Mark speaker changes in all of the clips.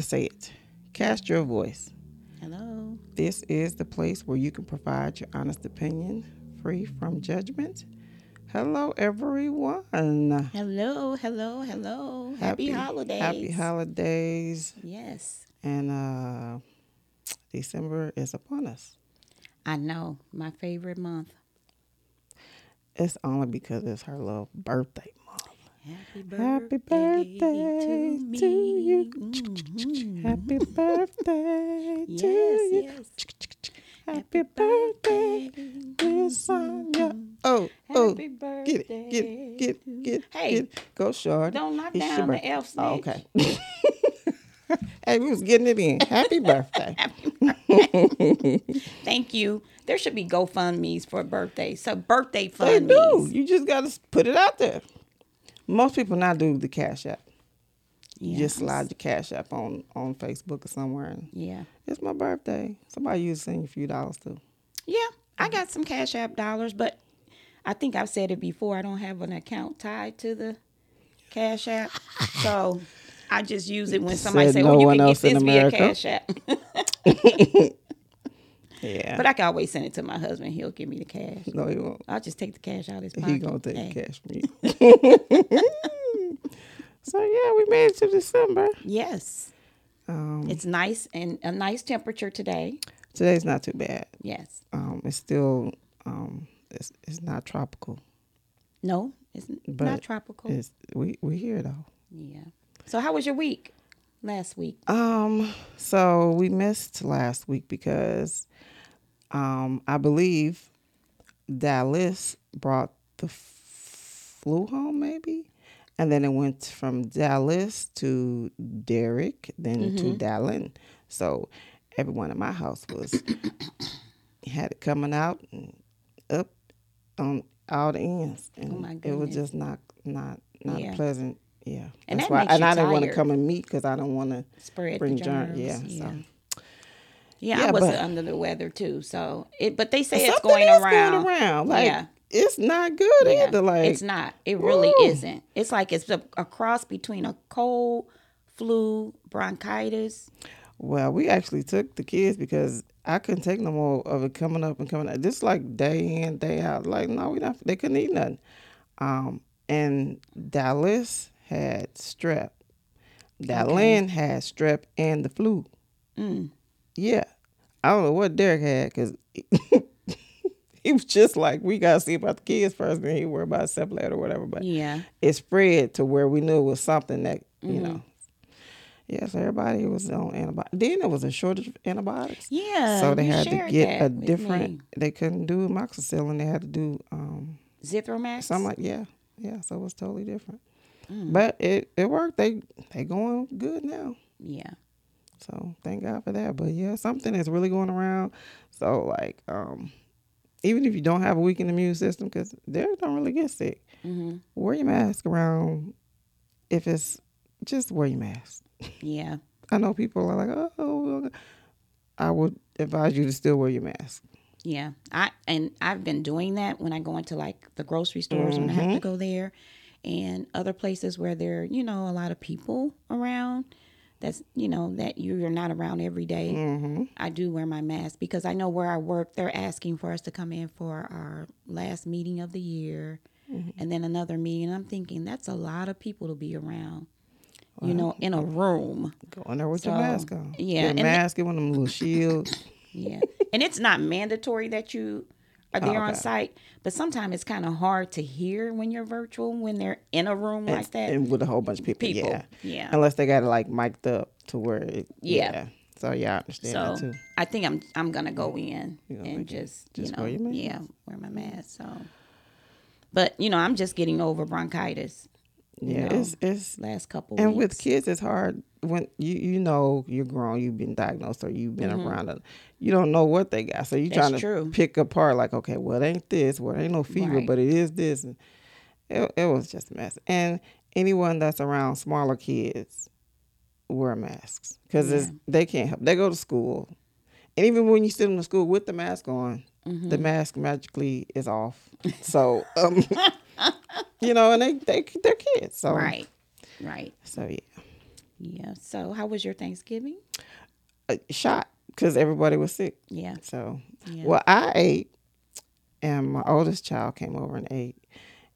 Speaker 1: say it. Cast your voice.
Speaker 2: Hello.
Speaker 1: This is the place where you can provide your honest opinion free from judgment. Hello, everyone. Happy,
Speaker 2: Hello. Hello. Hello. Happy, holidays.
Speaker 1: Happy holidays.
Speaker 2: Yes.
Speaker 1: And uh, December is upon us.
Speaker 2: I know. My favorite month.
Speaker 1: It's only because it's her little birthday month.
Speaker 2: Happy birthday,
Speaker 1: Happy birthday
Speaker 2: to
Speaker 1: to,
Speaker 2: me.
Speaker 1: you.
Speaker 2: Mhm.
Speaker 1: Happy birthday
Speaker 2: Yes.
Speaker 1: to you.
Speaker 2: Yes.
Speaker 1: Happy birthday, dear Sonia. Oh, oh.
Speaker 2: Happy birthday.
Speaker 1: Get it, get it, get it, get it.
Speaker 2: Hey,
Speaker 1: get it. go short.
Speaker 2: Don't knock
Speaker 1: It's your
Speaker 2: down the
Speaker 1: birthday.
Speaker 2: elf snitch.
Speaker 1: Oh, okay. hey, we was getting it in. Happy birthday.
Speaker 2: Thank you. There should be GoFundMe's for birthdays. So birthday
Speaker 1: they do.
Speaker 2: fundies.
Speaker 1: You just got to put it out there. Most people now do the Cash App. You
Speaker 2: Yeah.
Speaker 1: just slide your Cash App on, on Facebook or somewhere. And
Speaker 2: Yeah.
Speaker 1: it's my birthday. Somebody used to send you a few dollars too.
Speaker 2: Yeah, I got some Cash App dollars, but I think I've said it before. I don't have an account tied to the Cash App, so I just use it when somebody
Speaker 1: Said
Speaker 2: say,
Speaker 1: no
Speaker 2: "Oh, you
Speaker 1: one
Speaker 2: can get
Speaker 1: else in
Speaker 2: this via
Speaker 1: America.
Speaker 2: Cash App."
Speaker 1: Yeah.
Speaker 2: but I can always send it to my husband. He'll give me the cash.
Speaker 1: no, you won't.
Speaker 2: I'll just take the cash out of his pocket.
Speaker 1: He gonna take
Speaker 2: Hey.
Speaker 1: cash from you. so yeah, we made it to December.
Speaker 2: Yes,
Speaker 1: Um,
Speaker 2: it's nice and a nice temperature today.
Speaker 1: today's not too bad.
Speaker 2: Yes.
Speaker 1: Um, it's still um, it's it's not tropical.
Speaker 2: No, it's n-
Speaker 1: But
Speaker 2: not tropical.
Speaker 1: It's we we here though.
Speaker 2: yeah. So how was your week? Last week.
Speaker 1: Um, so we missed last week because um, I believe Dallas brought the f- flu home, maybe. And then it went from Dallas to Derek, then
Speaker 2: Mm-hmm.
Speaker 1: to Dallin. So everyone in my house was had it coming out and up on all the ends, and
Speaker 2: Oh my
Speaker 1: it was
Speaker 2: goodness.
Speaker 1: just not not not
Speaker 2: Yeah.
Speaker 1: pleasant. Yeah,
Speaker 2: And
Speaker 1: that's
Speaker 2: that
Speaker 1: why.
Speaker 2: makes
Speaker 1: and
Speaker 2: you
Speaker 1: I didn't want to
Speaker 2: tired.
Speaker 1: come and meet because I don't want to
Speaker 2: Spread
Speaker 1: bring
Speaker 2: the
Speaker 1: germs.
Speaker 2: germs.
Speaker 1: Yeah,
Speaker 2: yeah.
Speaker 1: so.
Speaker 2: Yeah,
Speaker 1: Yeah,
Speaker 2: I wasn't
Speaker 1: but-
Speaker 2: under the weather too. So it, but they say it's
Speaker 1: Something
Speaker 2: going
Speaker 1: is
Speaker 2: around.
Speaker 1: going around. Like
Speaker 2: Yeah.
Speaker 1: it's not good
Speaker 2: Yeah,
Speaker 1: either. Like
Speaker 2: it's not. It really
Speaker 1: Woo.
Speaker 2: isn't. It's like it's a, a cross between a cold, flu, bronchitis.
Speaker 1: Well, we actually took the kids because I couldn't take no more of it coming up and coming out. Just like day in, day out. Like, no, we not. They couldn't eat nothing. Um, and Dallas had strep. Dallin had strep and the flu.
Speaker 2: Mm.
Speaker 1: Yeah, I don't know what Derek had because he was just like, we gotta see about the kids first, then he worry about himself later or whatever. But
Speaker 2: Yeah.
Speaker 1: it spread to where we knew it was something that
Speaker 2: Mm-hmm.
Speaker 1: you know. Yeah, so everybody was on antibiotics. Then there was a shortage of antibiotics,
Speaker 2: Yeah.
Speaker 1: so they
Speaker 2: Uh, you
Speaker 1: had to
Speaker 2: shared
Speaker 1: get a
Speaker 2: that with
Speaker 1: different.
Speaker 2: me.
Speaker 1: They couldn't do amoxicillin. They had to do um
Speaker 2: Zithromax.
Speaker 1: something like yeah, yeah. So it was totally different,
Speaker 2: Mm.
Speaker 1: but it it worked. They they going good now.
Speaker 2: yeah.
Speaker 1: So thank God for that. But yeah, something is really going around. So like, um, even if you don't have a weakened immune system, because they don't really get sick,
Speaker 2: hmm
Speaker 1: wear your mask around. If it's just wear your mask.
Speaker 2: Yeah.
Speaker 1: I know people are like, oh, well," I would advise you to still wear your mask.
Speaker 2: Yeah. I and I've been doing that when I go into like the grocery stores when I have
Speaker 1: Mm-hmm.
Speaker 2: to go there and other places where there, you know, a lot of people around that's you know, that you're not around every day.
Speaker 1: Mm-hmm.
Speaker 2: I do wear my mask because I know where I work, they're asking for us to come in for our last meeting of the year
Speaker 1: Mm-hmm.
Speaker 2: and then another meeting. And I'm thinking that's a lot of people to be around, you know, in a room.
Speaker 1: Go in there with your
Speaker 2: So,
Speaker 1: mask on.
Speaker 2: yeah,
Speaker 1: Get a
Speaker 2: and the-
Speaker 1: mask. Get one of them little shields.
Speaker 2: Yeah. and it's not mandatory that you are there on
Speaker 1: okay.
Speaker 2: site, but sometimes it's kind of hard to hear when you're virtual, when they're in a room like that.
Speaker 1: and with a whole bunch of people.
Speaker 2: People,
Speaker 1: Yeah.
Speaker 2: yeah.
Speaker 1: Unless they got it like mic'd up to where it.
Speaker 2: Yeah.
Speaker 1: So yeah, I understand
Speaker 2: so
Speaker 1: that too.
Speaker 2: I think I'm I'm gonna go in
Speaker 1: gonna
Speaker 2: and
Speaker 1: make it-
Speaker 2: just, you
Speaker 1: just
Speaker 2: know
Speaker 1: wear your mask.
Speaker 2: yeah wear my mask. So, but you know I'm just getting over bronchitis. you
Speaker 1: Yeah,
Speaker 2: know,
Speaker 1: it's it's
Speaker 2: last couple
Speaker 1: and
Speaker 2: weeks.
Speaker 1: with kids it's hard when you you know you're grown, you've been diagnosed or you've been around them. You don't know what they got, so you're
Speaker 2: Mm-hmm. That's
Speaker 1: trying to
Speaker 2: true.
Speaker 1: pick apart like, okay, well it ain't this, well it ain't no fever,
Speaker 2: Right.
Speaker 1: but it is this. And it it was just a mess. And anyone that's around smaller kids wear masks because they can't help. They go to school, and even when you send them to school with the mask on.
Speaker 2: Mm-hmm.
Speaker 1: The mask magically is off, so um, you know, and they they they're kids, so
Speaker 2: right, right.
Speaker 1: so yeah,
Speaker 2: Yeah. So, how was your Thanksgiving?
Speaker 1: Uh, shot because everybody was sick.
Speaker 2: Yeah.
Speaker 1: So,
Speaker 2: Yeah.
Speaker 1: well, I ate, and my oldest child came over and ate,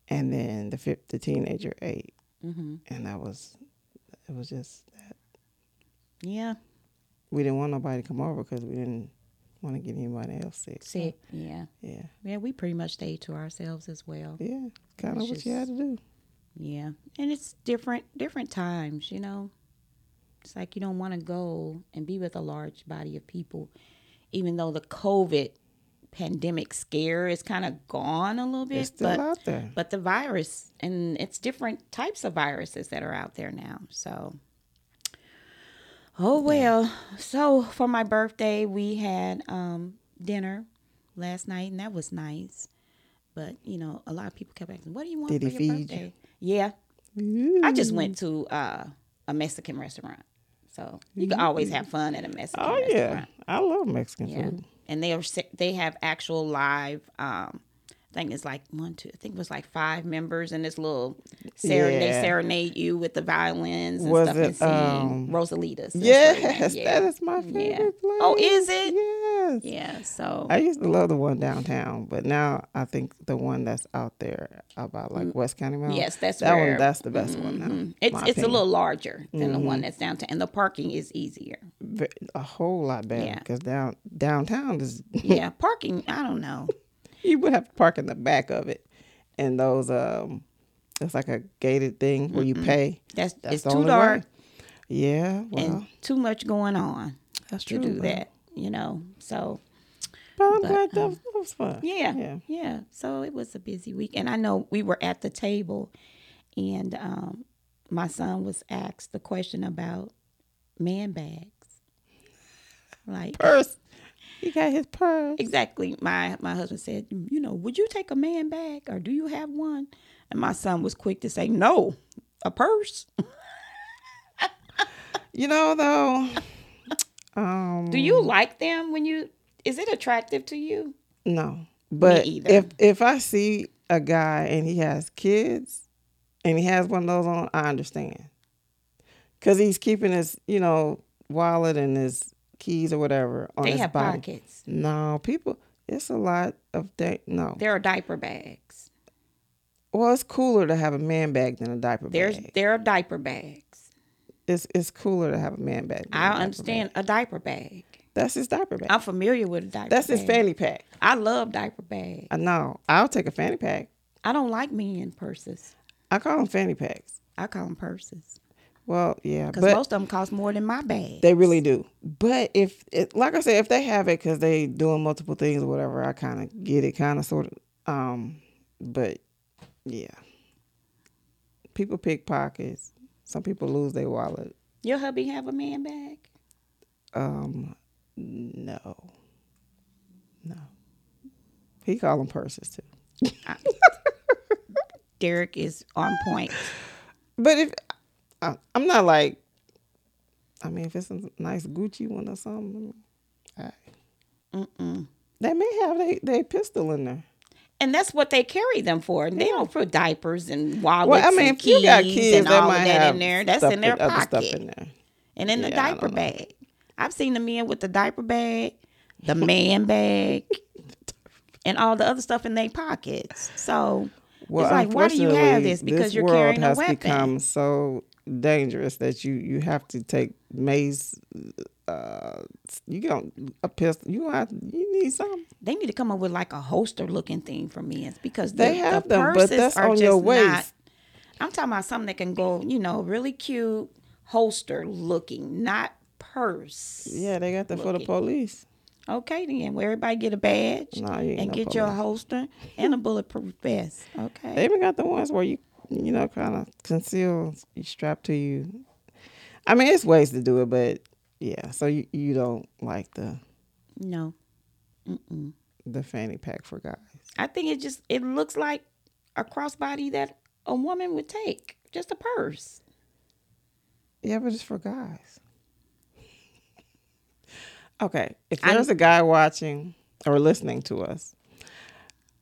Speaker 1: and then the fifth, the teenager ate,
Speaker 2: hmm
Speaker 1: and that was, it was just that
Speaker 2: Yeah.
Speaker 1: we didn't want nobody to come over because we didn't want to get anybody else sick.
Speaker 2: Sick.
Speaker 1: Mm.
Speaker 2: Yeah.
Speaker 1: Yeah,
Speaker 2: Yeah. We pretty much stayed to ourselves as well.
Speaker 1: yeah, kind of
Speaker 2: was
Speaker 1: what you had to do.
Speaker 2: Yeah. And it's different, different times, you know. It's like you don't want to go and be with a large body of people, even though the COVID pandemic scare is kind of gone a little bit.
Speaker 1: It's still
Speaker 2: but,
Speaker 1: out there.
Speaker 2: but the virus, and it's different types of viruses that are out there now. So, oh well. So, for my birthday, we had um, dinner last night, and that was nice. But, you know, a lot of people kept asking, What do you want
Speaker 1: Did
Speaker 2: for
Speaker 1: he
Speaker 2: your
Speaker 1: feed you? Mm.
Speaker 2: birthday? Yeah. I just went to uh, a Mexican restaurant. So you can always have fun at a Mexican
Speaker 1: Mm. Oh
Speaker 2: restaurant.
Speaker 1: yeah, I love Mexican
Speaker 2: Yeah.
Speaker 1: food.
Speaker 2: And they are si- they have actual live um I think it's like one, two, I think it was like five members in this little serenade
Speaker 1: Yeah.
Speaker 2: serenade you with the violins and
Speaker 1: Was
Speaker 2: stuff
Speaker 1: it,
Speaker 2: and singing
Speaker 1: um,
Speaker 2: Rosalita's. and stuff like
Speaker 1: Yes,
Speaker 2: that.
Speaker 1: that is my favorite
Speaker 2: Yeah.
Speaker 1: place.
Speaker 2: Oh, is it?
Speaker 1: Yes.
Speaker 2: Yeah. So
Speaker 1: I used to love the one downtown, but now I think the one that's out there about like West County Mall.
Speaker 2: Mm. Yes, that's
Speaker 1: that
Speaker 2: where- Mm-hmm,
Speaker 1: one. That's the best one now.
Speaker 2: mm, it's
Speaker 1: my
Speaker 2: it's a
Speaker 1: opinion. Mm-hmm.
Speaker 2: little larger than the one that's downtown and the parking is easier.
Speaker 1: Ve- a whole lot better
Speaker 2: mm-hmm. Yeah.
Speaker 1: because down downtown is
Speaker 2: Yeah. parking, I don't know.
Speaker 1: you would have to park in the back of it, and those um, it's like a gated thing where you pay.
Speaker 2: That's,
Speaker 1: That's
Speaker 2: it's
Speaker 1: the
Speaker 2: too
Speaker 1: only
Speaker 2: dark
Speaker 1: way. Yeah, well,
Speaker 2: and too much going on
Speaker 1: that's
Speaker 2: to
Speaker 1: true.
Speaker 2: do
Speaker 1: but-
Speaker 2: that, you know. So
Speaker 1: but I'm glad that was, that was fun.
Speaker 2: Yeah,
Speaker 1: yeah.
Speaker 2: yeah. So it was a busy week. And I know we were at the table and um, my son was asked the question about man bags. Like
Speaker 1: Purse. He got his purse.
Speaker 2: exactly. My my husband said, you know, would you take a man bag or do you have one? And my son was quick to say, No, a purse.
Speaker 1: You know though, um,
Speaker 2: Do you like them when you is it attractive to you?
Speaker 1: No, but
Speaker 2: either.
Speaker 1: if if I see a guy and he has kids, and he has one of those on, I understand, because he's keeping his you know wallet and his keys or whatever on
Speaker 2: They
Speaker 1: his
Speaker 2: have
Speaker 1: body.
Speaker 2: pockets.
Speaker 1: No, people, it's a lot of that. No,
Speaker 2: There are diaper bags.
Speaker 1: well, it's cooler to have a man bag than a diaper
Speaker 2: There's
Speaker 1: bag.
Speaker 2: there are diaper bags. It's
Speaker 1: It's it's cooler to have a man bag. Than a
Speaker 2: I
Speaker 1: diaper bag.
Speaker 2: understand a diaper bag.
Speaker 1: That's his diaper bag.
Speaker 2: I'm familiar with a diaper
Speaker 1: That's
Speaker 2: bag.
Speaker 1: his fanny pack.
Speaker 2: I love diaper bag.
Speaker 1: I know. I'll take a fanny pack.
Speaker 2: I don't like men purses.
Speaker 1: I call them fanny packs.
Speaker 2: I call them purses
Speaker 1: Well, yeah,
Speaker 2: because
Speaker 1: but
Speaker 2: most of them cost more than my bag.
Speaker 1: They really do. But if, it, like I said, if they have it because they doing multiple things or whatever, I kind of get it, kind of sort of. Um, but yeah, people pick pockets. Some people lose their wallet.
Speaker 2: Your hubby have a man bag?
Speaker 1: Um, no, no. He call them purses too.
Speaker 2: Derek is on point.
Speaker 1: But if I, I'm not like, I mean, if it's a nice Gucci one or something, I
Speaker 2: Mm-mm.
Speaker 1: they may have they they pistol in there.
Speaker 2: And that's what they carry them for. And they don't put diapers and wallets
Speaker 1: Well, I mean,
Speaker 2: and
Speaker 1: if you got
Speaker 2: keys
Speaker 1: kids,
Speaker 2: and
Speaker 1: they
Speaker 2: all of
Speaker 1: might
Speaker 2: that
Speaker 1: have
Speaker 2: in there. That's
Speaker 1: stuff
Speaker 2: in their
Speaker 1: other
Speaker 2: pocket.
Speaker 1: stuff in there.
Speaker 2: and in the
Speaker 1: Yeah, I
Speaker 2: diaper
Speaker 1: don't know.
Speaker 2: bag. I've seen the men with the diaper bag, the man bag, and all the other stuff in their pockets. So
Speaker 1: Well,
Speaker 2: it's like, why do you have
Speaker 1: unfortunately,
Speaker 2: this? Because
Speaker 1: this
Speaker 2: you're
Speaker 1: world
Speaker 2: carrying a
Speaker 1: has
Speaker 2: weapon.
Speaker 1: become so dangerous that you you have to take mace. Uh, you going a pistol. You have you need something.
Speaker 2: they need to come up with like a holster looking thing for men because
Speaker 1: They
Speaker 2: the,
Speaker 1: have
Speaker 2: the
Speaker 1: them, but
Speaker 2: purses
Speaker 1: that's
Speaker 2: are
Speaker 1: on
Speaker 2: just
Speaker 1: your
Speaker 2: Not,
Speaker 1: waist.
Speaker 2: I'm talking about something that can go, you know, really cute holster looking, not purse.
Speaker 1: Yeah, they got that for the
Speaker 2: Looking.
Speaker 1: police.
Speaker 2: Okay, then where everybody get a badge
Speaker 1: No, you ain't
Speaker 2: and
Speaker 1: no
Speaker 2: get your
Speaker 1: police.
Speaker 2: holster and a bulletproof vest. Okay.
Speaker 1: They even got the ones where you you know kind of conceal you strap to you. I mean, it's ways to do it, but yeah. So you, you don't like the
Speaker 2: no. Mm-mm.
Speaker 1: the fanny pack for guys.
Speaker 2: I think it just it looks like a crossbody that a woman would take, just a purse.
Speaker 1: Yeah, but it's for guys. Okay, if
Speaker 2: I'm-
Speaker 1: there's a guy watching or listening to us,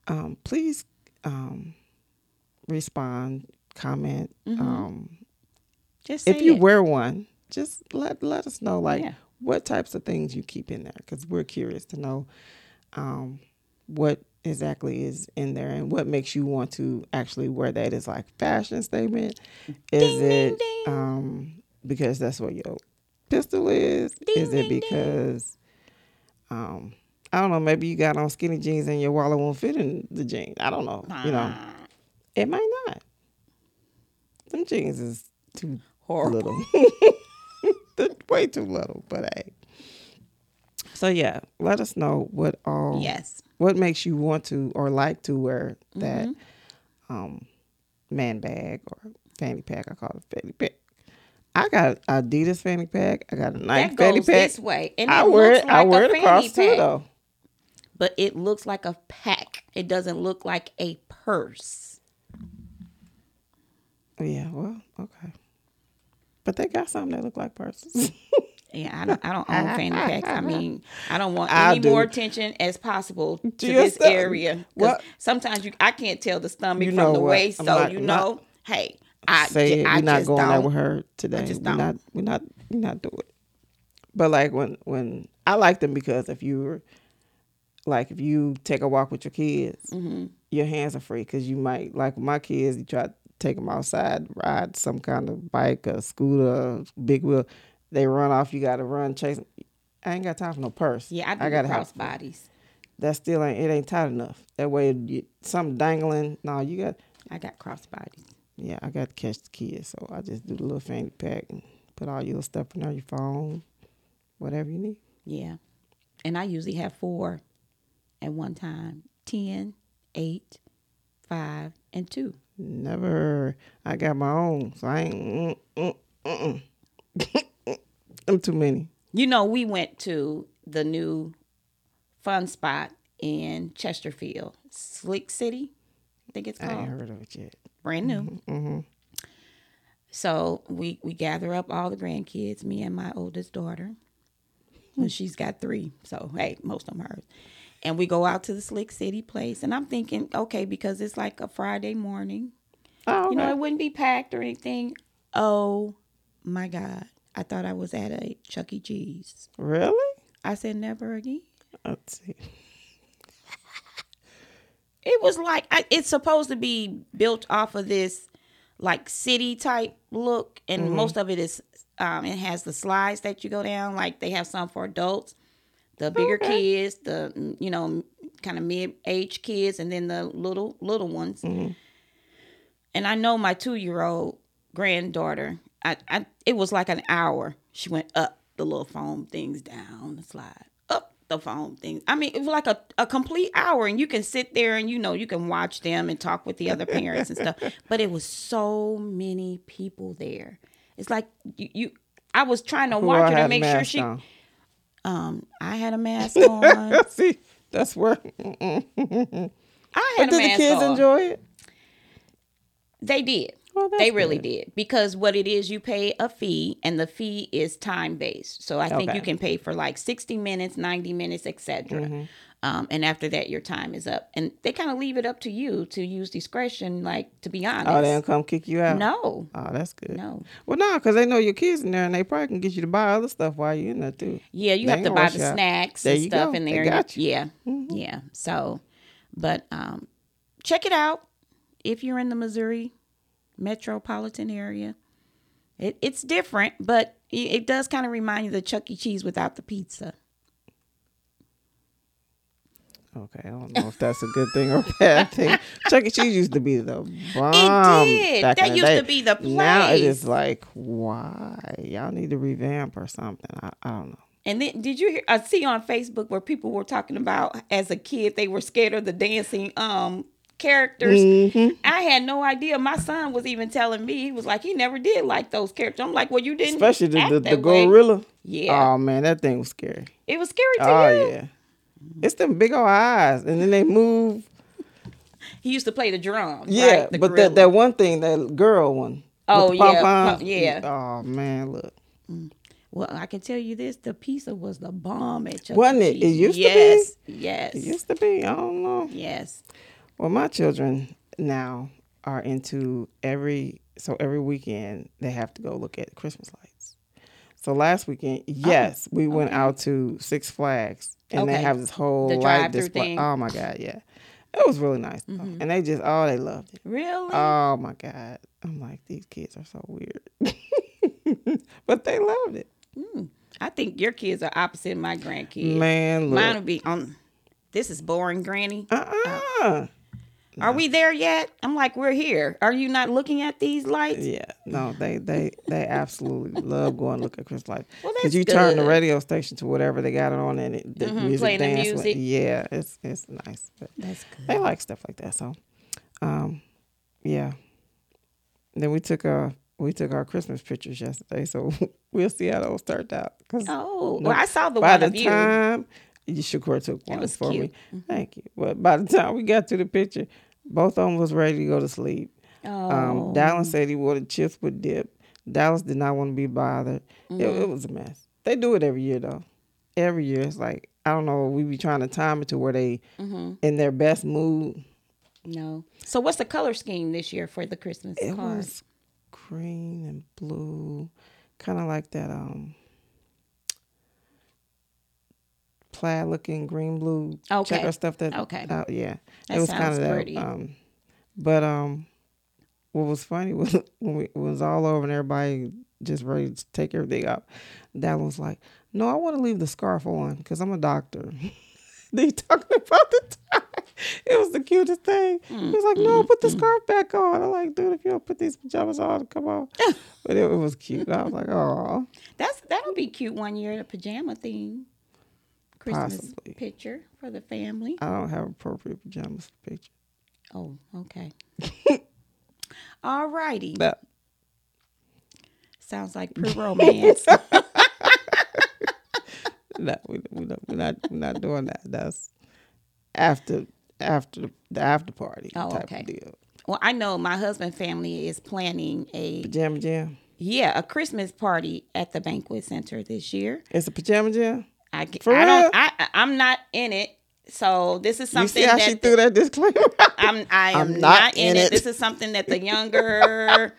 Speaker 1: um, please Mm-hmm. um, respond, comment, um,
Speaker 2: Just say
Speaker 1: if you
Speaker 2: it.
Speaker 1: wear one, just let let us know like
Speaker 2: Yeah.
Speaker 1: what types of things you keep in there because we're curious to know um, what exactly is in there and what makes you want to actually wear that. Is like fashion statement? Is it um, because that's what your pistol is? is it because um, I don't know? Maybe you got on skinny jeans and your wallet won't fit in the jeans. I don't know. You know, it might not. Them jeans is too
Speaker 2: horrible.
Speaker 1: little. They're way too little, but hey. So yeah, let us know what all
Speaker 2: Yes.
Speaker 1: what makes you want to or like to wear that
Speaker 2: Mm-hmm.
Speaker 1: um man bag or fanny pack. I call it fanny pack. I got a Adidas fanny pack. I got a Nike
Speaker 2: That
Speaker 1: fanny
Speaker 2: goes
Speaker 1: pack.
Speaker 2: this way. And
Speaker 1: I
Speaker 2: it
Speaker 1: wear
Speaker 2: looks
Speaker 1: it. I
Speaker 2: like a
Speaker 1: wear it
Speaker 2: fanny
Speaker 1: across too
Speaker 2: pack,
Speaker 1: though.
Speaker 2: But it looks like a pack. It doesn't look like a purse.
Speaker 1: Yeah. Well, okay. But they got something that look like purses.
Speaker 2: Yeah, I don't, I don't own fanny packs. I mean, I don't want
Speaker 1: I
Speaker 2: any more
Speaker 1: do.
Speaker 2: attention as possible to
Speaker 1: your
Speaker 2: this
Speaker 1: stom-
Speaker 2: area. 'Cause
Speaker 1: What-
Speaker 2: Sometimes you, I can't tell the stomach
Speaker 1: You know
Speaker 2: from the
Speaker 1: what?
Speaker 2: waist,
Speaker 1: I'm
Speaker 2: so
Speaker 1: not-
Speaker 2: you
Speaker 1: not-
Speaker 2: know, hey, I,
Speaker 1: say
Speaker 2: ju-
Speaker 1: it.
Speaker 2: I
Speaker 1: we're not
Speaker 2: just
Speaker 1: going
Speaker 2: don't.
Speaker 1: out with her today.
Speaker 2: just
Speaker 1: we're
Speaker 2: don't.
Speaker 1: not we're not we're not doing it. But like when when I like them because if you were like if you take a walk with your kids,
Speaker 2: Mm-hmm.
Speaker 1: your hands are free because you might like with my kids. You try to take them outside, ride some kind of bike or scooter, big wheel. They run off. You got to run chase. 'em. I ain't got time for no purse.
Speaker 2: Yeah, I do
Speaker 1: gotta have
Speaker 2: cross bodies.
Speaker 1: that. Still ain't it ain't tight enough. That way, you, something dangling. No, you got
Speaker 2: I got cross bodies.
Speaker 1: yeah, I got to catch the kids, so I just do the little fanny pack and put all your little stuff in there, your phone, whatever you need.
Speaker 2: Yeah. And I usually have four at one time 10, 8, 5, and 2.
Speaker 1: Never, I got my own, so I ain't. Mm, mm, mm-mm. I'm too many.
Speaker 2: You know, we went to the new fun spot in Chesterfield, Slick City, I think it's
Speaker 1: I ain't
Speaker 2: called.
Speaker 1: heard of it yet.
Speaker 2: Brand new. So we, we gather up all the grandkids, me and my oldest daughter. And she's got three. So, hey, most of them hers. And we go out to the Slick City place. And I'm thinking, okay, because it's like a Friday morning,
Speaker 1: Oh,
Speaker 2: you know,
Speaker 1: okay.
Speaker 2: it wouldn't be packed or anything. Oh my God. I thought I was at a Chuck E. Cheese.
Speaker 1: really?
Speaker 2: I said, never again.
Speaker 1: Let's see.
Speaker 2: It was like, I, it's supposed to be built off of this like city type look. And most of it is, um, it has the slides that you go down. Like they have some for adults, the bigger kids, the, mm, you know, kind of mid age kids, and then the little, little ones.
Speaker 1: Mm-hmm.
Speaker 2: and I know my two year old granddaughter. I, I it was like an hour. She went up the little foam things down the slide, up the foam things. I mean, it was like a, a complete hour, and you can sit there and you know you can watch them and talk with the other parents and stuff. But it was so many people there. It's like you. you I was trying to
Speaker 1: Who
Speaker 2: watch
Speaker 1: all
Speaker 2: her to
Speaker 1: had
Speaker 2: make sure
Speaker 1: masks
Speaker 2: she.
Speaker 1: on?
Speaker 2: Um, I had a mask on.
Speaker 1: see, that's where. Did
Speaker 2: I had a
Speaker 1: the
Speaker 2: mask
Speaker 1: kids
Speaker 2: on.
Speaker 1: enjoy it?
Speaker 2: They did.
Speaker 1: Well, that's
Speaker 2: they really did because what it is, you pay a fee, and the fee is time based. So I think
Speaker 1: Okay.
Speaker 2: you can pay for like sixty minutes, ninety minutes, etc.
Speaker 1: Mm-hmm.
Speaker 2: Um, and after that, your time is up, and they kind of leave it up to you to use discretion. Like to be
Speaker 1: Oh, they
Speaker 2: honest,
Speaker 1: don't come kick you out.
Speaker 2: no,
Speaker 1: Oh, that's good.
Speaker 2: no,
Speaker 1: Well, no, because they know your kids in there, and they probably can get you to buy other stuff while you're in there too.
Speaker 2: yeah, you
Speaker 1: They
Speaker 2: have
Speaker 1: ain't
Speaker 2: to
Speaker 1: gonna
Speaker 2: buy
Speaker 1: rush
Speaker 2: the
Speaker 1: you out.
Speaker 2: snacks
Speaker 1: There
Speaker 2: and
Speaker 1: you
Speaker 2: stuff
Speaker 1: go.
Speaker 2: in
Speaker 1: They
Speaker 2: there.
Speaker 1: got you. Mm-hmm.
Speaker 2: Yeah, yeah. So, but um, check it out if you're in the Missouri metropolitan area. It, it's different, but it, it does kind of remind you of the Chuck E. Cheese without the pizza.
Speaker 1: Okay, I don't know if that's a good thing or a bad thing. Chuck E. Cheese used to be the bomb.
Speaker 2: did.
Speaker 1: back
Speaker 2: That
Speaker 1: in
Speaker 2: used
Speaker 1: day.
Speaker 2: to be the
Speaker 1: Now it
Speaker 2: place.
Speaker 1: is like, why? Y'all need to revamp or something. I, I don't know.
Speaker 2: And then, did you hear? I see on Facebook where people were talking about as a kid they were scared of the dancing um characters.
Speaker 1: Mm-hmm.
Speaker 2: I had no idea. My son was even telling me he was like he never did like those characters. I'm like, well, you didn't,
Speaker 1: Especially the,
Speaker 2: act
Speaker 1: the,
Speaker 2: that
Speaker 1: the
Speaker 2: way.
Speaker 1: gorilla.
Speaker 2: Yeah.
Speaker 1: Oh man, that thing was scary.
Speaker 2: It was scary to
Speaker 1: Oh
Speaker 2: you.
Speaker 1: yeah. It's them big old eyes, and then they move.
Speaker 2: He used to play the drum.
Speaker 1: Yeah,
Speaker 2: right? The
Speaker 1: but that,
Speaker 2: gorilla.
Speaker 1: that one thing, that girl one.
Speaker 2: Oh,
Speaker 1: with the
Speaker 2: yeah,
Speaker 1: pom-poms.
Speaker 2: pom- yeah.
Speaker 1: Oh man, look.
Speaker 2: well, I can tell you this: the pizza was the bomb at Chuck E.
Speaker 1: Wasn't it? It
Speaker 2: Cheese.
Speaker 1: used to be.
Speaker 2: yes, to be. Yes,
Speaker 1: It used to be. I don't know.
Speaker 2: yes.
Speaker 1: Well, my children now, are into every so every weekend they have to go look at Christmas lights. So last weekend,
Speaker 2: Oh,
Speaker 1: yes, we went out to Six Flags and they
Speaker 2: Okay.
Speaker 1: have this whole
Speaker 2: The
Speaker 1: light
Speaker 2: drive-through
Speaker 1: display.
Speaker 2: thing. Mm-hmm.
Speaker 1: Oh my god, yeah. It was really nice. though. And they just oh they loved it.
Speaker 2: Really?
Speaker 1: Oh my god. I'm like these kids are so weird. but they loved it.
Speaker 2: I think your kids are opposite my grandkids.
Speaker 1: Man,
Speaker 2: Mine
Speaker 1: look.
Speaker 2: would be on. This is boring, Granny.
Speaker 1: Uh-uh.
Speaker 2: Are we there yet? I'm like, we're here. Are you not looking at these lights?
Speaker 1: Yeah, no, they they they absolutely love going to look at Chris Light
Speaker 2: Well,
Speaker 1: because
Speaker 2: that's
Speaker 1: you turn the
Speaker 2: good. Mm-hmm.
Speaker 1: radio station to whatever they got it on and it, the music
Speaker 2: playing the
Speaker 1: dance. with-
Speaker 2: music.
Speaker 1: Yeah, it's it's nice. But
Speaker 2: That's good.
Speaker 1: they like stuff like that. So, um, yeah. Then we took a we took our Christmas pictures yesterday, so we'll see how those turned out. 'Cause
Speaker 2: Oh, well, I saw the
Speaker 1: by
Speaker 2: one
Speaker 1: the
Speaker 2: of you.
Speaker 1: time you Shakur took one
Speaker 2: was
Speaker 1: for
Speaker 2: cute. Mm-hmm.
Speaker 1: me, thank you. But by the time we got to the picture, both of them was ready to go to sleep.
Speaker 2: oh,
Speaker 1: Um, Dallas said he wanted chips with dip. Dallas did not want to be bothered. It,
Speaker 2: Mm-hmm.
Speaker 1: it was a mess. They do it every year though. Every year it's like I don't know. We be trying to time it to where they
Speaker 2: Mm-hmm.
Speaker 1: in their best mood.
Speaker 2: no. So, what's the color scheme this year for the Christmas
Speaker 1: It
Speaker 2: card?
Speaker 1: was green and blue, kind of like that um plaid looking green blue
Speaker 2: Okay.
Speaker 1: checker stuff. That
Speaker 2: Okay.
Speaker 1: uh, yeah,
Speaker 2: That
Speaker 1: it was
Speaker 2: sounds
Speaker 1: kind of
Speaker 2: pretty.
Speaker 1: that. Um, but um, what was funny was when we it was all over and everybody just ready to take everything up. Dallin was like, "No, I want to leave the scarf on because I'm a doctor." they talking about the time. It was the cutest thing. He was like, "No, put the scarf back on." I'm like, "Dude, if you don't put these pajamas on, come on." but it, it was cute. I was like, "Oh,
Speaker 2: That's that'll be cute one year. The pajama theme, Christmas
Speaker 1: Possibly.
Speaker 2: picture for the family.
Speaker 1: I don't have appropriate pajamas for the picture."
Speaker 2: Oh, okay. All righty.
Speaker 1: But
Speaker 2: Sounds like pre romance.
Speaker 1: no, we, we don't, we're not we're not doing that. That's after after the after party
Speaker 2: Oh,
Speaker 1: type
Speaker 2: okay.
Speaker 1: of deal.
Speaker 2: well, I know my husband family is planning a
Speaker 1: Pajama jam.
Speaker 2: yeah a Christmas party at the banquet center this year.
Speaker 1: It's a pajama jam.
Speaker 2: I, ca-
Speaker 1: For
Speaker 2: I
Speaker 1: real?
Speaker 2: don't. I I- I'm not in it. So this is
Speaker 1: You
Speaker 2: something
Speaker 1: see how
Speaker 2: that
Speaker 1: she threw that disclaimer?
Speaker 2: I'm I am
Speaker 1: I'm
Speaker 2: not, in it. This is something that the younger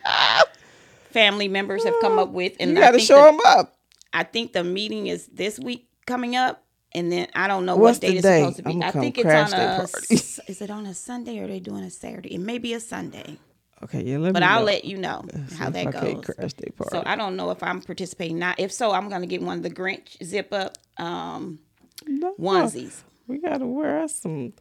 Speaker 2: family members have come up with, and
Speaker 1: you
Speaker 2: I
Speaker 1: got to
Speaker 2: think
Speaker 1: show
Speaker 2: the,
Speaker 1: them up.
Speaker 2: I think the meeting is this week coming up, and then I don't know
Speaker 1: What's
Speaker 2: what date
Speaker 1: the
Speaker 2: it's
Speaker 1: day?
Speaker 2: supposed to be.
Speaker 1: I'ma
Speaker 2: I
Speaker 1: come
Speaker 2: think it's
Speaker 1: crash
Speaker 2: on
Speaker 1: their
Speaker 2: a
Speaker 1: party.
Speaker 2: s- is it on a Sunday or are they doing a Saturday? It may be a Sunday,
Speaker 1: Okay, yeah, let
Speaker 2: but
Speaker 1: me.
Speaker 2: I'll
Speaker 1: know.
Speaker 2: let you know how that
Speaker 1: okay,
Speaker 2: goes.
Speaker 1: Crash day party.
Speaker 2: So I don't know if I'm participating. Not if so, I'm gonna get one of the Grinch zip up um,
Speaker 1: No,
Speaker 2: onesies.
Speaker 1: We gotta wear us some.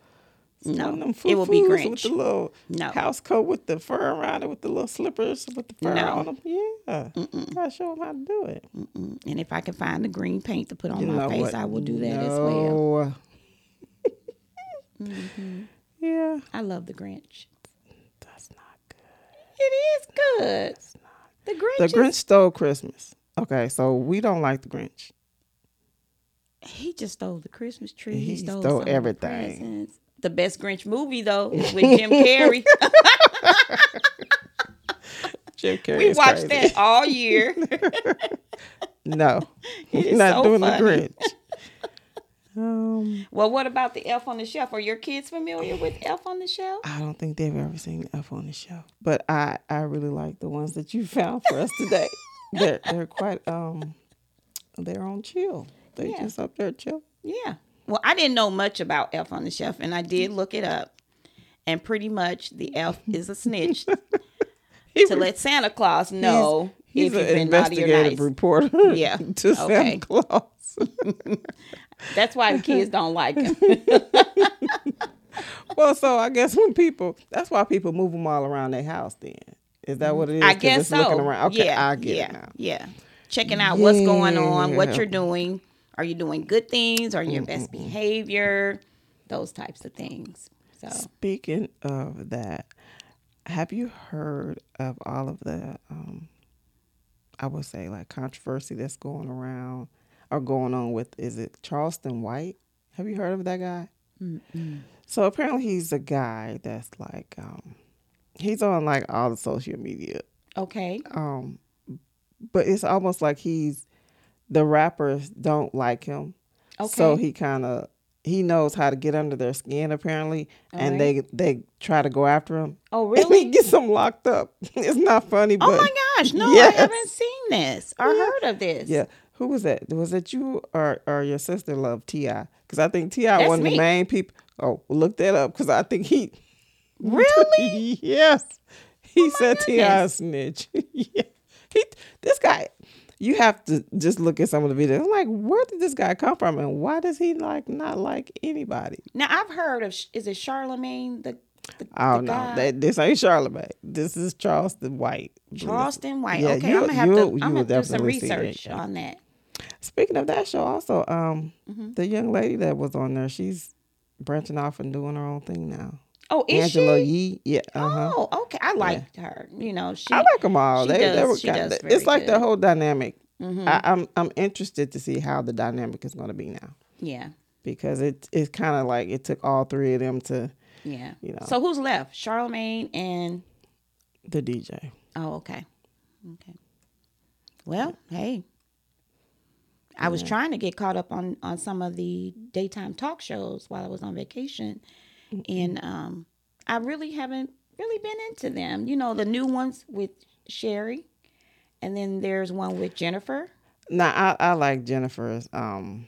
Speaker 1: some
Speaker 2: No,
Speaker 1: of them
Speaker 2: it will be
Speaker 1: foo-foos with
Speaker 2: Grinch.
Speaker 1: the little
Speaker 2: No.
Speaker 1: house coat with the fur around it, with the little slippers with the fur
Speaker 2: No.
Speaker 1: on them. Yeah, gotta show them how to do it.
Speaker 2: Mm, And if I can find the green paint to put on
Speaker 1: You
Speaker 2: my
Speaker 1: know
Speaker 2: face,
Speaker 1: what?
Speaker 2: I will do that as well.
Speaker 1: No. Mm-hmm. Yeah,
Speaker 2: I love the Grinch.
Speaker 1: that's not good.
Speaker 2: It is good. The Grinch.
Speaker 1: The
Speaker 2: is-
Speaker 1: Grinch stole Christmas. Okay, so we don't like the Grinch.
Speaker 2: he just stole the Christmas tree.
Speaker 1: He
Speaker 2: He stole,
Speaker 1: stole
Speaker 2: some of the
Speaker 1: everything.
Speaker 2: presents. The best Grinch movie though is with Jim Carrey.
Speaker 1: Jim Carrey
Speaker 2: we
Speaker 1: is
Speaker 2: watched
Speaker 1: crazy.
Speaker 2: that all year.
Speaker 1: No, we're
Speaker 2: is
Speaker 1: not
Speaker 2: so
Speaker 1: doing
Speaker 2: funny.
Speaker 1: the Grinch. Um,
Speaker 2: well, what about the Elf on the Shelf? Are your kids familiar with Elf on the Shelf?
Speaker 1: I don't think they've ever seen F on the show, but I I really like the ones that you found for us today. they're they're quite um, they're on chill. They
Speaker 2: Yeah.
Speaker 1: just up there chill.
Speaker 2: Yeah. Well, I didn't know much about Elf on the Shelf, and I did look it up. And pretty much, the elf is a snitch
Speaker 1: He
Speaker 2: to
Speaker 1: re-
Speaker 2: let Santa Claus know
Speaker 1: He's
Speaker 2: if
Speaker 1: an
Speaker 2: you've been naughty or
Speaker 1: investigative
Speaker 2: nice.
Speaker 1: reporter.
Speaker 2: Yeah,
Speaker 1: to Santa
Speaker 2: okay.
Speaker 1: Claus.
Speaker 2: That's why the kids don't like him.
Speaker 1: well, so I guess when people that's why people move them all around their house. Then is that what it is?
Speaker 2: I
Speaker 1: 'Cause
Speaker 2: guess
Speaker 1: it's
Speaker 2: so.
Speaker 1: Looking around. Okay,
Speaker 2: yeah,
Speaker 1: I get
Speaker 2: yeah,
Speaker 1: it now.
Speaker 2: yeah. Checking out what's going on,
Speaker 1: Yeah.
Speaker 2: what you're doing. Are you doing good things? Are you in your best behavior? Those types of things. So
Speaker 1: Speaking of that, have you heard of all of the, um, I would say, like controversy that's going around or going on with, is it Charleston White? Have you heard of that guy? So apparently he's a guy that's like, um, he's on like all the social media
Speaker 2: okay,
Speaker 1: um but it's almost like he's the rappers don't like him so
Speaker 2: Okay.
Speaker 1: he kind of he knows how to get under their skin apparently, and they they try to go after him.
Speaker 2: Oh,
Speaker 1: And he
Speaker 2: really?
Speaker 1: gets them locked up. It's not funny, but
Speaker 2: Oh my gosh! No,
Speaker 1: Yes.
Speaker 2: I haven't seen this or heard of this.
Speaker 1: yeah. Who was that? Was that you or, or your sister love Ti? Because I think Ti
Speaker 2: That's
Speaker 1: one of the
Speaker 2: me.
Speaker 1: main people. Oh, look that up because I think he
Speaker 2: Really? Oh
Speaker 1: yes. He said T.I.
Speaker 2: goodness.
Speaker 1: snitch. yeah. He this guy you have to just look at some of the videos. I'm like, where did this guy come from and why does he like not like anybody?
Speaker 2: Now I've heard of. Is it Charlemagne the? the
Speaker 1: I
Speaker 2: the
Speaker 1: don't know.
Speaker 2: guy?
Speaker 1: That this ain't Charlemagne. This is Charleston White.
Speaker 2: Charleston White.
Speaker 1: Yeah,
Speaker 2: okay,
Speaker 1: you-
Speaker 2: I'm gonna have
Speaker 1: you-
Speaker 2: to.
Speaker 1: you
Speaker 2: I'm gonna
Speaker 1: will
Speaker 2: have to do some
Speaker 1: definitely see that,
Speaker 2: research
Speaker 1: yeah.
Speaker 2: on that.
Speaker 1: Speaking of that show also, um
Speaker 2: Mm-hmm.
Speaker 1: the young lady that was on there, she's branching off and doing her own thing now.
Speaker 2: Oh, is
Speaker 1: Angela
Speaker 2: she?
Speaker 1: Yee. Yeah. Uh-huh.
Speaker 2: Oh, okay. I liked her. You know, she.
Speaker 1: I like them all.
Speaker 2: she
Speaker 1: They, they
Speaker 2: does-
Speaker 1: were
Speaker 2: she
Speaker 1: kind
Speaker 2: does
Speaker 1: of, it's
Speaker 2: very
Speaker 1: like the
Speaker 2: good. Mm.
Speaker 1: whole dynamic.
Speaker 2: mm-hmm,
Speaker 1: I, I'm I'm interested to see how the dynamic is going to be now
Speaker 2: yeah,
Speaker 1: because it it's kind of like it took all three of them to
Speaker 2: yeah.
Speaker 1: You know.
Speaker 2: So who's left? Charlemagne and
Speaker 1: the DJ.
Speaker 2: oh, okay, okay. Well, hey, I was trying to get caught up on on some of the daytime talk shows while I was on vacation, and um, I really haven't really been into them. You know, the new ones with Sherry, and then there's one with Jennifer.
Speaker 1: Now I I like Jennifer's um.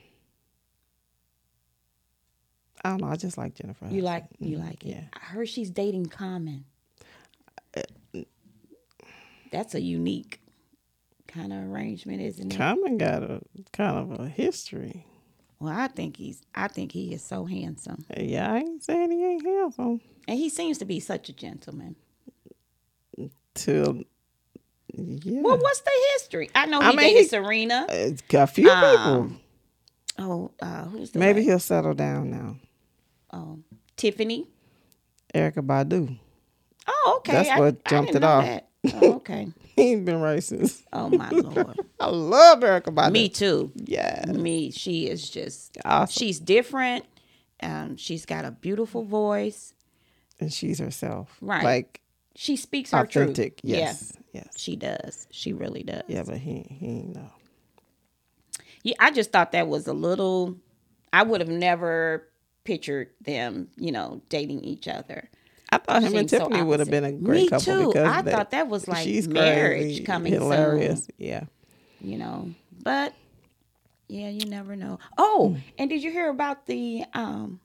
Speaker 1: I don't know. I just like Jennifer.
Speaker 2: You like you like it.
Speaker 1: Mm-hmm. yeah.
Speaker 2: I heard she's dating Common. That's a unique kind of arrangement, isn't it?
Speaker 1: Common got a kind of a history.
Speaker 2: Well, I think he's I think he is so handsome.
Speaker 1: Yeah, I ain't saying he ain't handsome
Speaker 2: And he seems to be such a gentleman.
Speaker 1: till yeah.
Speaker 2: Well, what's the history? I know he
Speaker 1: I mean,
Speaker 2: dated
Speaker 1: he-
Speaker 2: Serena.
Speaker 1: It's got a few
Speaker 2: Um,
Speaker 1: people.
Speaker 2: Oh, uh, who's the
Speaker 1: Maybe
Speaker 2: lady?
Speaker 1: he'll settle down now.
Speaker 2: oh
Speaker 1: Um,
Speaker 2: Tiffany.
Speaker 1: Erica Badu.
Speaker 2: Oh, okay.
Speaker 1: That's
Speaker 2: I-
Speaker 1: what
Speaker 2: I
Speaker 1: jumped
Speaker 2: didn't
Speaker 1: it
Speaker 2: know
Speaker 1: off.
Speaker 2: that. Oh, okay.
Speaker 1: He ain't been racist.
Speaker 2: Oh my lord.
Speaker 1: I love Erica Badu.
Speaker 2: Me too.
Speaker 1: Yeah.
Speaker 2: me she is just
Speaker 1: Awesome.
Speaker 2: she's different um, she's got a beautiful voice
Speaker 1: And she's herself.
Speaker 2: Right.
Speaker 1: Like
Speaker 2: she speaks her
Speaker 1: authentic.
Speaker 2: truth
Speaker 1: Yes.
Speaker 2: yeah
Speaker 1: Yes.
Speaker 2: she does she really does
Speaker 1: Yeah, but he he ain't know.
Speaker 2: yeah i just thought that was a little i would have never pictured them you know dating each other
Speaker 1: I thought him and
Speaker 2: Seems so
Speaker 1: Uh, Tiffany would have
Speaker 2: opposite.
Speaker 1: been a great
Speaker 2: Me
Speaker 1: couple
Speaker 2: too.
Speaker 1: because
Speaker 2: I
Speaker 1: they-
Speaker 2: thought that was like
Speaker 1: she's
Speaker 2: marriage
Speaker 1: crazy,
Speaker 2: coming
Speaker 1: hilarious. Yeah.
Speaker 2: you know but yeah you never know oh
Speaker 1: Mm.
Speaker 2: and did you hear about the um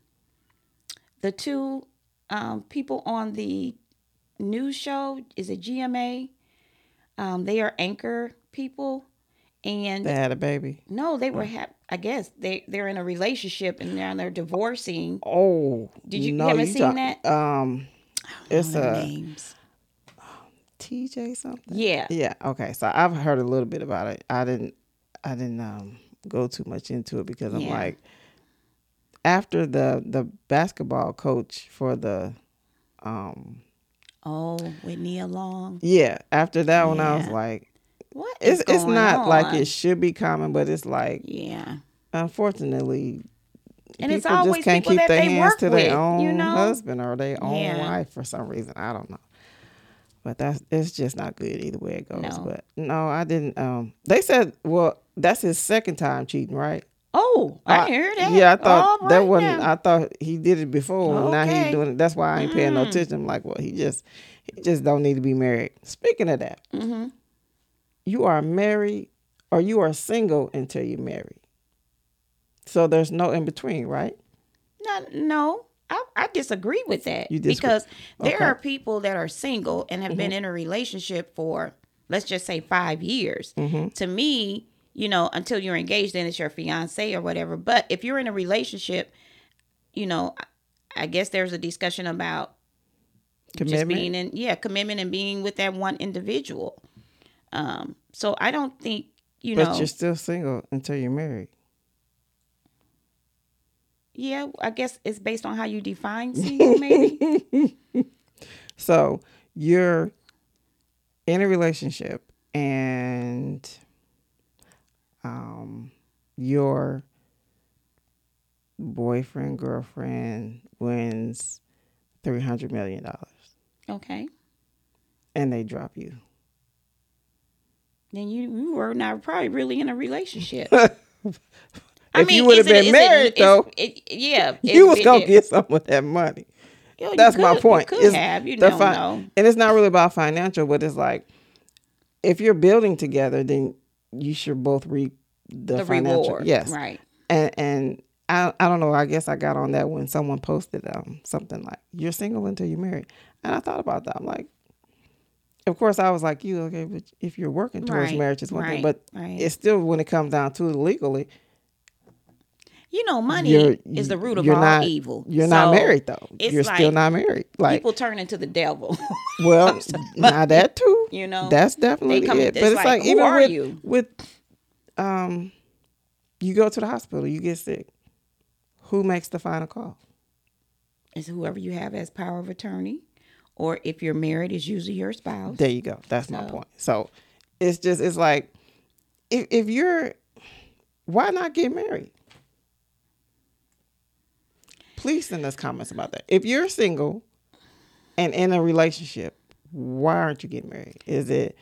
Speaker 2: the two um people on the news show is it gma um they are anchor people and
Speaker 1: They had a baby.
Speaker 2: no they were
Speaker 1: Oh.
Speaker 2: ha- i guess they they're in a relationship and now they're divorcing
Speaker 1: Oh.
Speaker 2: Did you- you
Speaker 1: no,
Speaker 2: haven't seen
Speaker 1: talk-
Speaker 2: that?
Speaker 1: Um it's uh,
Speaker 2: Their
Speaker 1: a
Speaker 2: names
Speaker 1: TJ something.
Speaker 2: yeah
Speaker 1: Yeah. Okay. So I've heard a little bit about it. I didn't. I didn't um, go too much into it because I'm
Speaker 2: Yeah.
Speaker 1: like, after the the basketball coach for the, um,
Speaker 2: oh whitney along
Speaker 1: yeah. After that one, I was
Speaker 2: Yeah.
Speaker 1: like,
Speaker 2: what is
Speaker 1: it's it's
Speaker 2: going
Speaker 1: not like
Speaker 2: on?
Speaker 1: it should be common, but it's like
Speaker 2: yeah
Speaker 1: unfortunately.
Speaker 2: and it's
Speaker 1: people
Speaker 2: always
Speaker 1: just can't
Speaker 2: people
Speaker 1: keep
Speaker 2: that
Speaker 1: their
Speaker 2: they
Speaker 1: hands
Speaker 2: work
Speaker 1: to
Speaker 2: with
Speaker 1: their own
Speaker 2: you know
Speaker 1: husband or their own
Speaker 2: Yeah.
Speaker 1: wife for some reason. I don't know. But that's it's just not good either way it goes.
Speaker 2: No.
Speaker 1: But no, I didn't um they said well, that's his second time cheating, right?
Speaker 2: Oh, I, didn't hear that.
Speaker 1: Yeah, I thought
Speaker 2: All
Speaker 1: that
Speaker 2: right
Speaker 1: wasn't
Speaker 2: now.
Speaker 1: I thought he did it before and now
Speaker 2: Okay.
Speaker 1: he doing it. That's why I ain't paying no
Speaker 2: Mm.
Speaker 1: attention. I'm like, well, he just he just don't need to be married. Speaking of that,
Speaker 2: Mhm.
Speaker 1: you are married or you are single until you're married. So there's no in between, right?
Speaker 2: No, no, I, I disagree with that
Speaker 1: You disagree.
Speaker 2: because
Speaker 1: Okay.
Speaker 2: there
Speaker 1: Mm-hmm.
Speaker 2: are people that are single and have been in a relationship for let's just say five years. To me, you know, until you're engaged, then it's your fiance or whatever. But if you're in a relationship, you know, I- I guess there's a discussion about just being in yeah commitment and being with that one individual. Um, so I don't think you
Speaker 1: but
Speaker 2: know
Speaker 1: you're still single until you're married.
Speaker 2: Yeah, I guess it's based on how you define single, maybe.
Speaker 1: So you're in a relationship and um your boyfriend, girlfriend wins three hundred million dollars
Speaker 2: okay.
Speaker 1: and they drop you.
Speaker 2: Then you you were not probably really in a relationship. I
Speaker 1: if
Speaker 2: mean,
Speaker 1: you would have
Speaker 2: is it-
Speaker 1: been
Speaker 2: is it-
Speaker 1: married,
Speaker 2: is-
Speaker 1: though,
Speaker 2: it- yeah,
Speaker 1: you was gonna
Speaker 2: to
Speaker 1: get some of that money.
Speaker 2: You know, you
Speaker 1: That's my
Speaker 2: could-
Speaker 1: point.
Speaker 2: You could
Speaker 1: It's
Speaker 2: have. You
Speaker 1: the
Speaker 2: don't
Speaker 1: fi-
Speaker 2: know.
Speaker 1: And it's not really about financial, but it's like if you're building together, then you should both reap the,
Speaker 2: The
Speaker 1: financial.
Speaker 2: reward.
Speaker 1: Yes.
Speaker 2: Right.
Speaker 1: And and I I don't know. I guess I got on that when someone posted um something like "You're single until you're married," and I thought about that. I'm like, of course, I was like you. Okay, but if you're working towards
Speaker 2: Right,
Speaker 1: marriage, it's one thing,
Speaker 2: right,
Speaker 1: but
Speaker 2: right.
Speaker 1: it's still when it comes down to it legally,
Speaker 2: You know, money
Speaker 1: you're
Speaker 2: is the root of
Speaker 1: you're
Speaker 2: all
Speaker 1: not-
Speaker 2: evil.
Speaker 1: You're not
Speaker 2: So,
Speaker 1: married though.
Speaker 2: it's
Speaker 1: You're still
Speaker 2: like
Speaker 1: not married. Like
Speaker 2: people turn into the devil.
Speaker 1: Well, now that too.
Speaker 2: you know?
Speaker 1: that's definitely
Speaker 2: come-
Speaker 1: it. But
Speaker 2: it's
Speaker 1: it's like,
Speaker 2: like, who
Speaker 1: even
Speaker 2: are
Speaker 1: with
Speaker 2: you?
Speaker 1: with um, you go to the hospital, you get sick. Who makes the final call?
Speaker 2: It's whoever you have as power of attorney, or if you're married, it's usually your spouse.
Speaker 1: There you go. That's my
Speaker 2: So-
Speaker 1: point. So it's just it's like if if you're why not get married? Please send us comments about that. If you're single and in a relationship, why aren't you getting married? Is it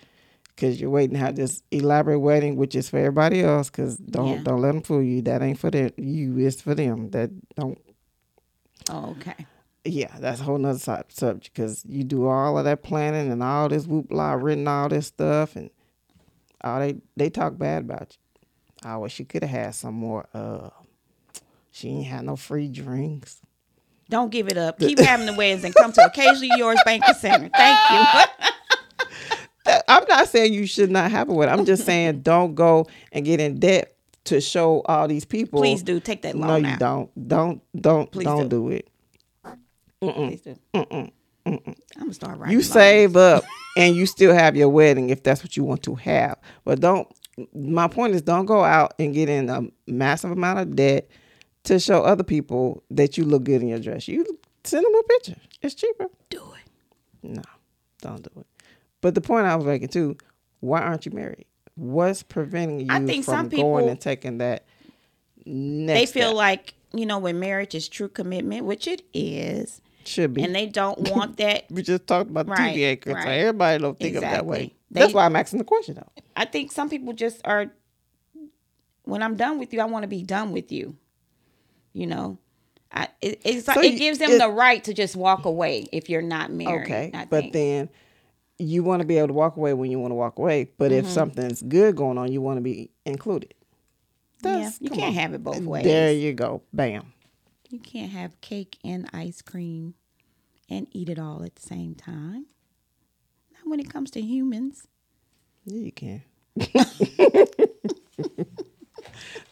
Speaker 1: because you're waiting to have this elaborate wedding, which is for everybody else? Because don't
Speaker 2: Yeah.
Speaker 1: don't let them fool you. That ain't for the, you. It's for them. That don't
Speaker 2: Oh, okay.
Speaker 1: yeah, that's a whole nother si- subject because you do all of that planning and all this whoop la written all this stuff and all they they talk bad about you. I wish she could have had some more. Uh, she ain't had no free drinks.
Speaker 2: Don't give it up. Keep having the weddings and come to occasionally yours banking center. Thank you.
Speaker 1: That- Uh, I'm not saying you should not have a wedding. I'm just saying don't go and get in debt to show all these people.
Speaker 2: Please do take that
Speaker 1: No,
Speaker 2: loan
Speaker 1: you
Speaker 2: out.
Speaker 1: don't. Don't don't
Speaker 2: Please
Speaker 1: don't do, it.
Speaker 2: Please do. I'm gonna start writing.
Speaker 1: You
Speaker 2: loans.
Speaker 1: save up and you still have your wedding if that's what you want to have. But don't my point is don't go out and get in a massive amount of debt to show other people that you look good in your dress. You send them a picture. It's cheaper.
Speaker 2: do it.
Speaker 1: No, don't do it. But the point I was making too, why aren't you married? What's preventing you
Speaker 2: I think
Speaker 1: from
Speaker 2: some
Speaker 1: going
Speaker 2: people-
Speaker 1: and taking that next
Speaker 2: They feel
Speaker 1: step?
Speaker 2: like you know when marriage is true commitment, which it is,
Speaker 1: should be
Speaker 2: and they don't want that.
Speaker 1: we just talked about the
Speaker 2: Right,
Speaker 1: TV anchor, so
Speaker 2: right.
Speaker 1: everybody don't think of it that way.
Speaker 2: Exactly.
Speaker 1: That's
Speaker 2: They-
Speaker 1: why I'm asking the question though.
Speaker 2: I think some people just are. When I'm done with you, I want to be done with you. You know, I it, it's like,
Speaker 1: So
Speaker 2: it
Speaker 1: you-
Speaker 2: gives them
Speaker 1: it-
Speaker 2: the right to just walk away if you're not married.
Speaker 1: Okay,
Speaker 2: I
Speaker 1: but
Speaker 2: think.
Speaker 1: then you want to be able to walk away when you want to walk away. But if
Speaker 2: Mm-hmm.
Speaker 1: something's good going on, you want to be included.
Speaker 2: yeah, you
Speaker 1: come
Speaker 2: can't
Speaker 1: on.
Speaker 2: have it both ways.
Speaker 1: There you go. Bam.
Speaker 2: You can't have cake and ice cream and eat it all at the same time. Not when it comes to humans.
Speaker 1: Yeah, you can.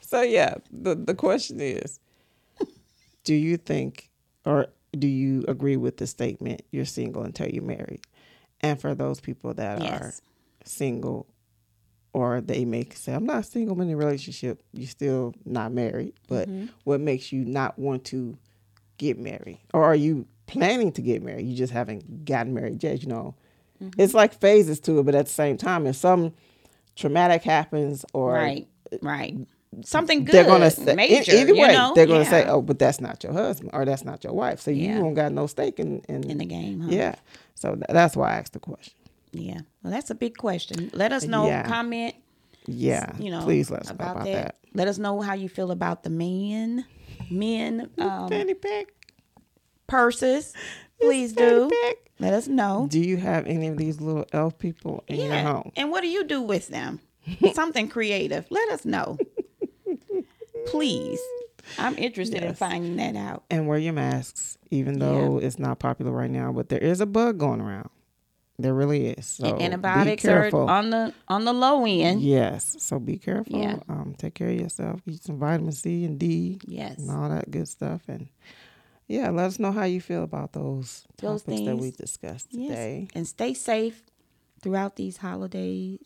Speaker 1: so yeah, the the question is, do you think or do you agree with the statement you're single until you're married? And for those people that are
Speaker 2: Yes.
Speaker 1: single or they may say, I'm not single I'm in a relationship, you're still not married, but
Speaker 2: Mm-hmm.
Speaker 1: what makes you not want to get married? Or are you planning to get married? You just haven't gotten married yet, you know.
Speaker 2: Mm-hmm.
Speaker 1: It's like phases to it, but at the same time, if something traumatic happens or
Speaker 2: right. Right. Something good.
Speaker 1: they're gonna say
Speaker 2: major.
Speaker 1: e- either
Speaker 2: you
Speaker 1: way,
Speaker 2: know?
Speaker 1: they're gonna say,
Speaker 2: Yeah.
Speaker 1: "Oh, but that's not your husband or that's not your wife," so you
Speaker 2: Yeah.
Speaker 1: don't got no stake in in,
Speaker 2: in the game. Huh?
Speaker 1: oh, Yeah, so th- that's why I asked the question.
Speaker 2: Yeah. Well, that's a big question. Let us know.
Speaker 1: Yeah.
Speaker 2: Comment.
Speaker 1: Yeah,
Speaker 2: You know,
Speaker 1: please let us know about, that.
Speaker 2: Let us know how you feel about the men, men um,
Speaker 1: Fanny pack,
Speaker 2: purses. Please
Speaker 1: fanny
Speaker 2: do.
Speaker 1: pack.
Speaker 2: Let us know.
Speaker 1: Do you have any of these little elf people in your
Speaker 2: Yeah.
Speaker 1: home?
Speaker 2: And what do you do with them? Something creative. Let us know. Please. I'm interested in
Speaker 1: Yes.
Speaker 2: finding that out.
Speaker 1: And wear your masks, even though it's not popular right now. But there is a bug going around. There really is. So
Speaker 2: And
Speaker 1: be
Speaker 2: Antibiotics are
Speaker 1: careful.
Speaker 2: on the on the low end.
Speaker 1: yes, so be careful.
Speaker 2: Yeah.
Speaker 1: Um, take care of yourself. Get some vitamin C and D.
Speaker 2: Yes.
Speaker 1: and all that good stuff. And yeah, let us know how you feel about those,
Speaker 2: Those
Speaker 1: topics that we
Speaker 2: things.
Speaker 1: discussed
Speaker 2: Yes.
Speaker 1: today.
Speaker 2: And stay safe throughout these holiday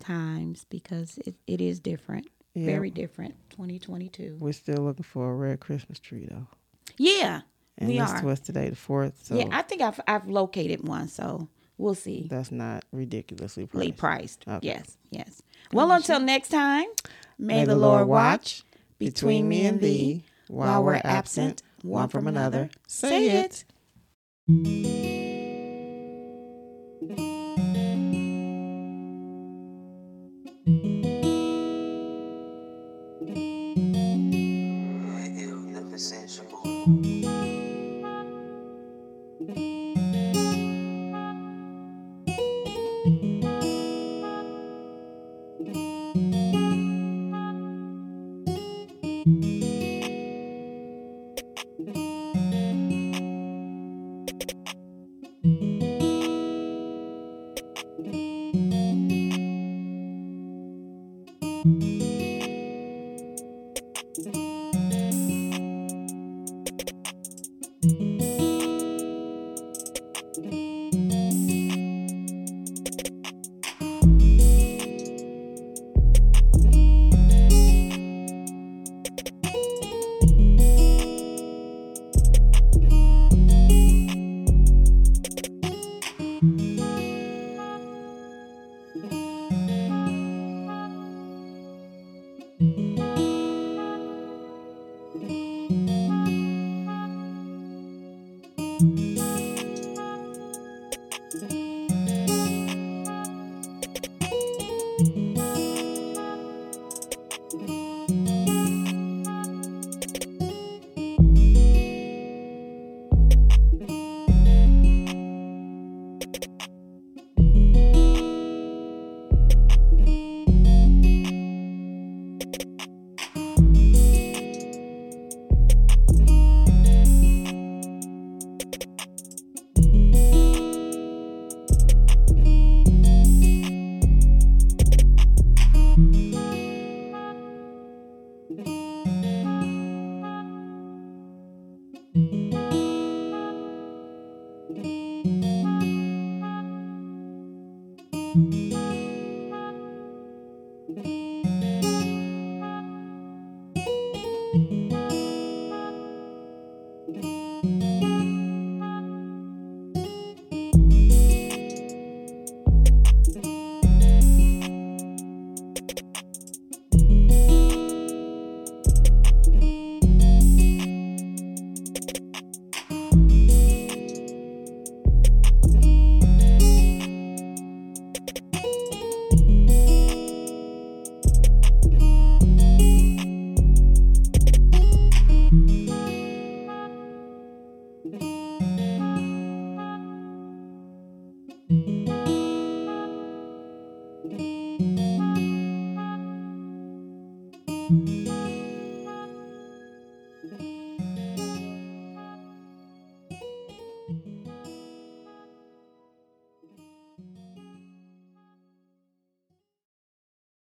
Speaker 2: times because it, it is different.
Speaker 1: Yeah.
Speaker 2: Very different. 2022.
Speaker 1: We're still looking for a red Christmas tree though,
Speaker 2: Yeah.
Speaker 1: and
Speaker 2: we
Speaker 1: this
Speaker 2: are.
Speaker 1: was today the fourth, so
Speaker 2: Yeah, I think I've I've located one, so we'll see.
Speaker 1: that's not ridiculously
Speaker 2: Lee
Speaker 1: priced.
Speaker 2: priced.
Speaker 1: Okay.
Speaker 2: Yes, yes. Well, until next time, may, the Lord watch between me and thee while we're absent one from another. Say it.
Speaker 1: Thank you.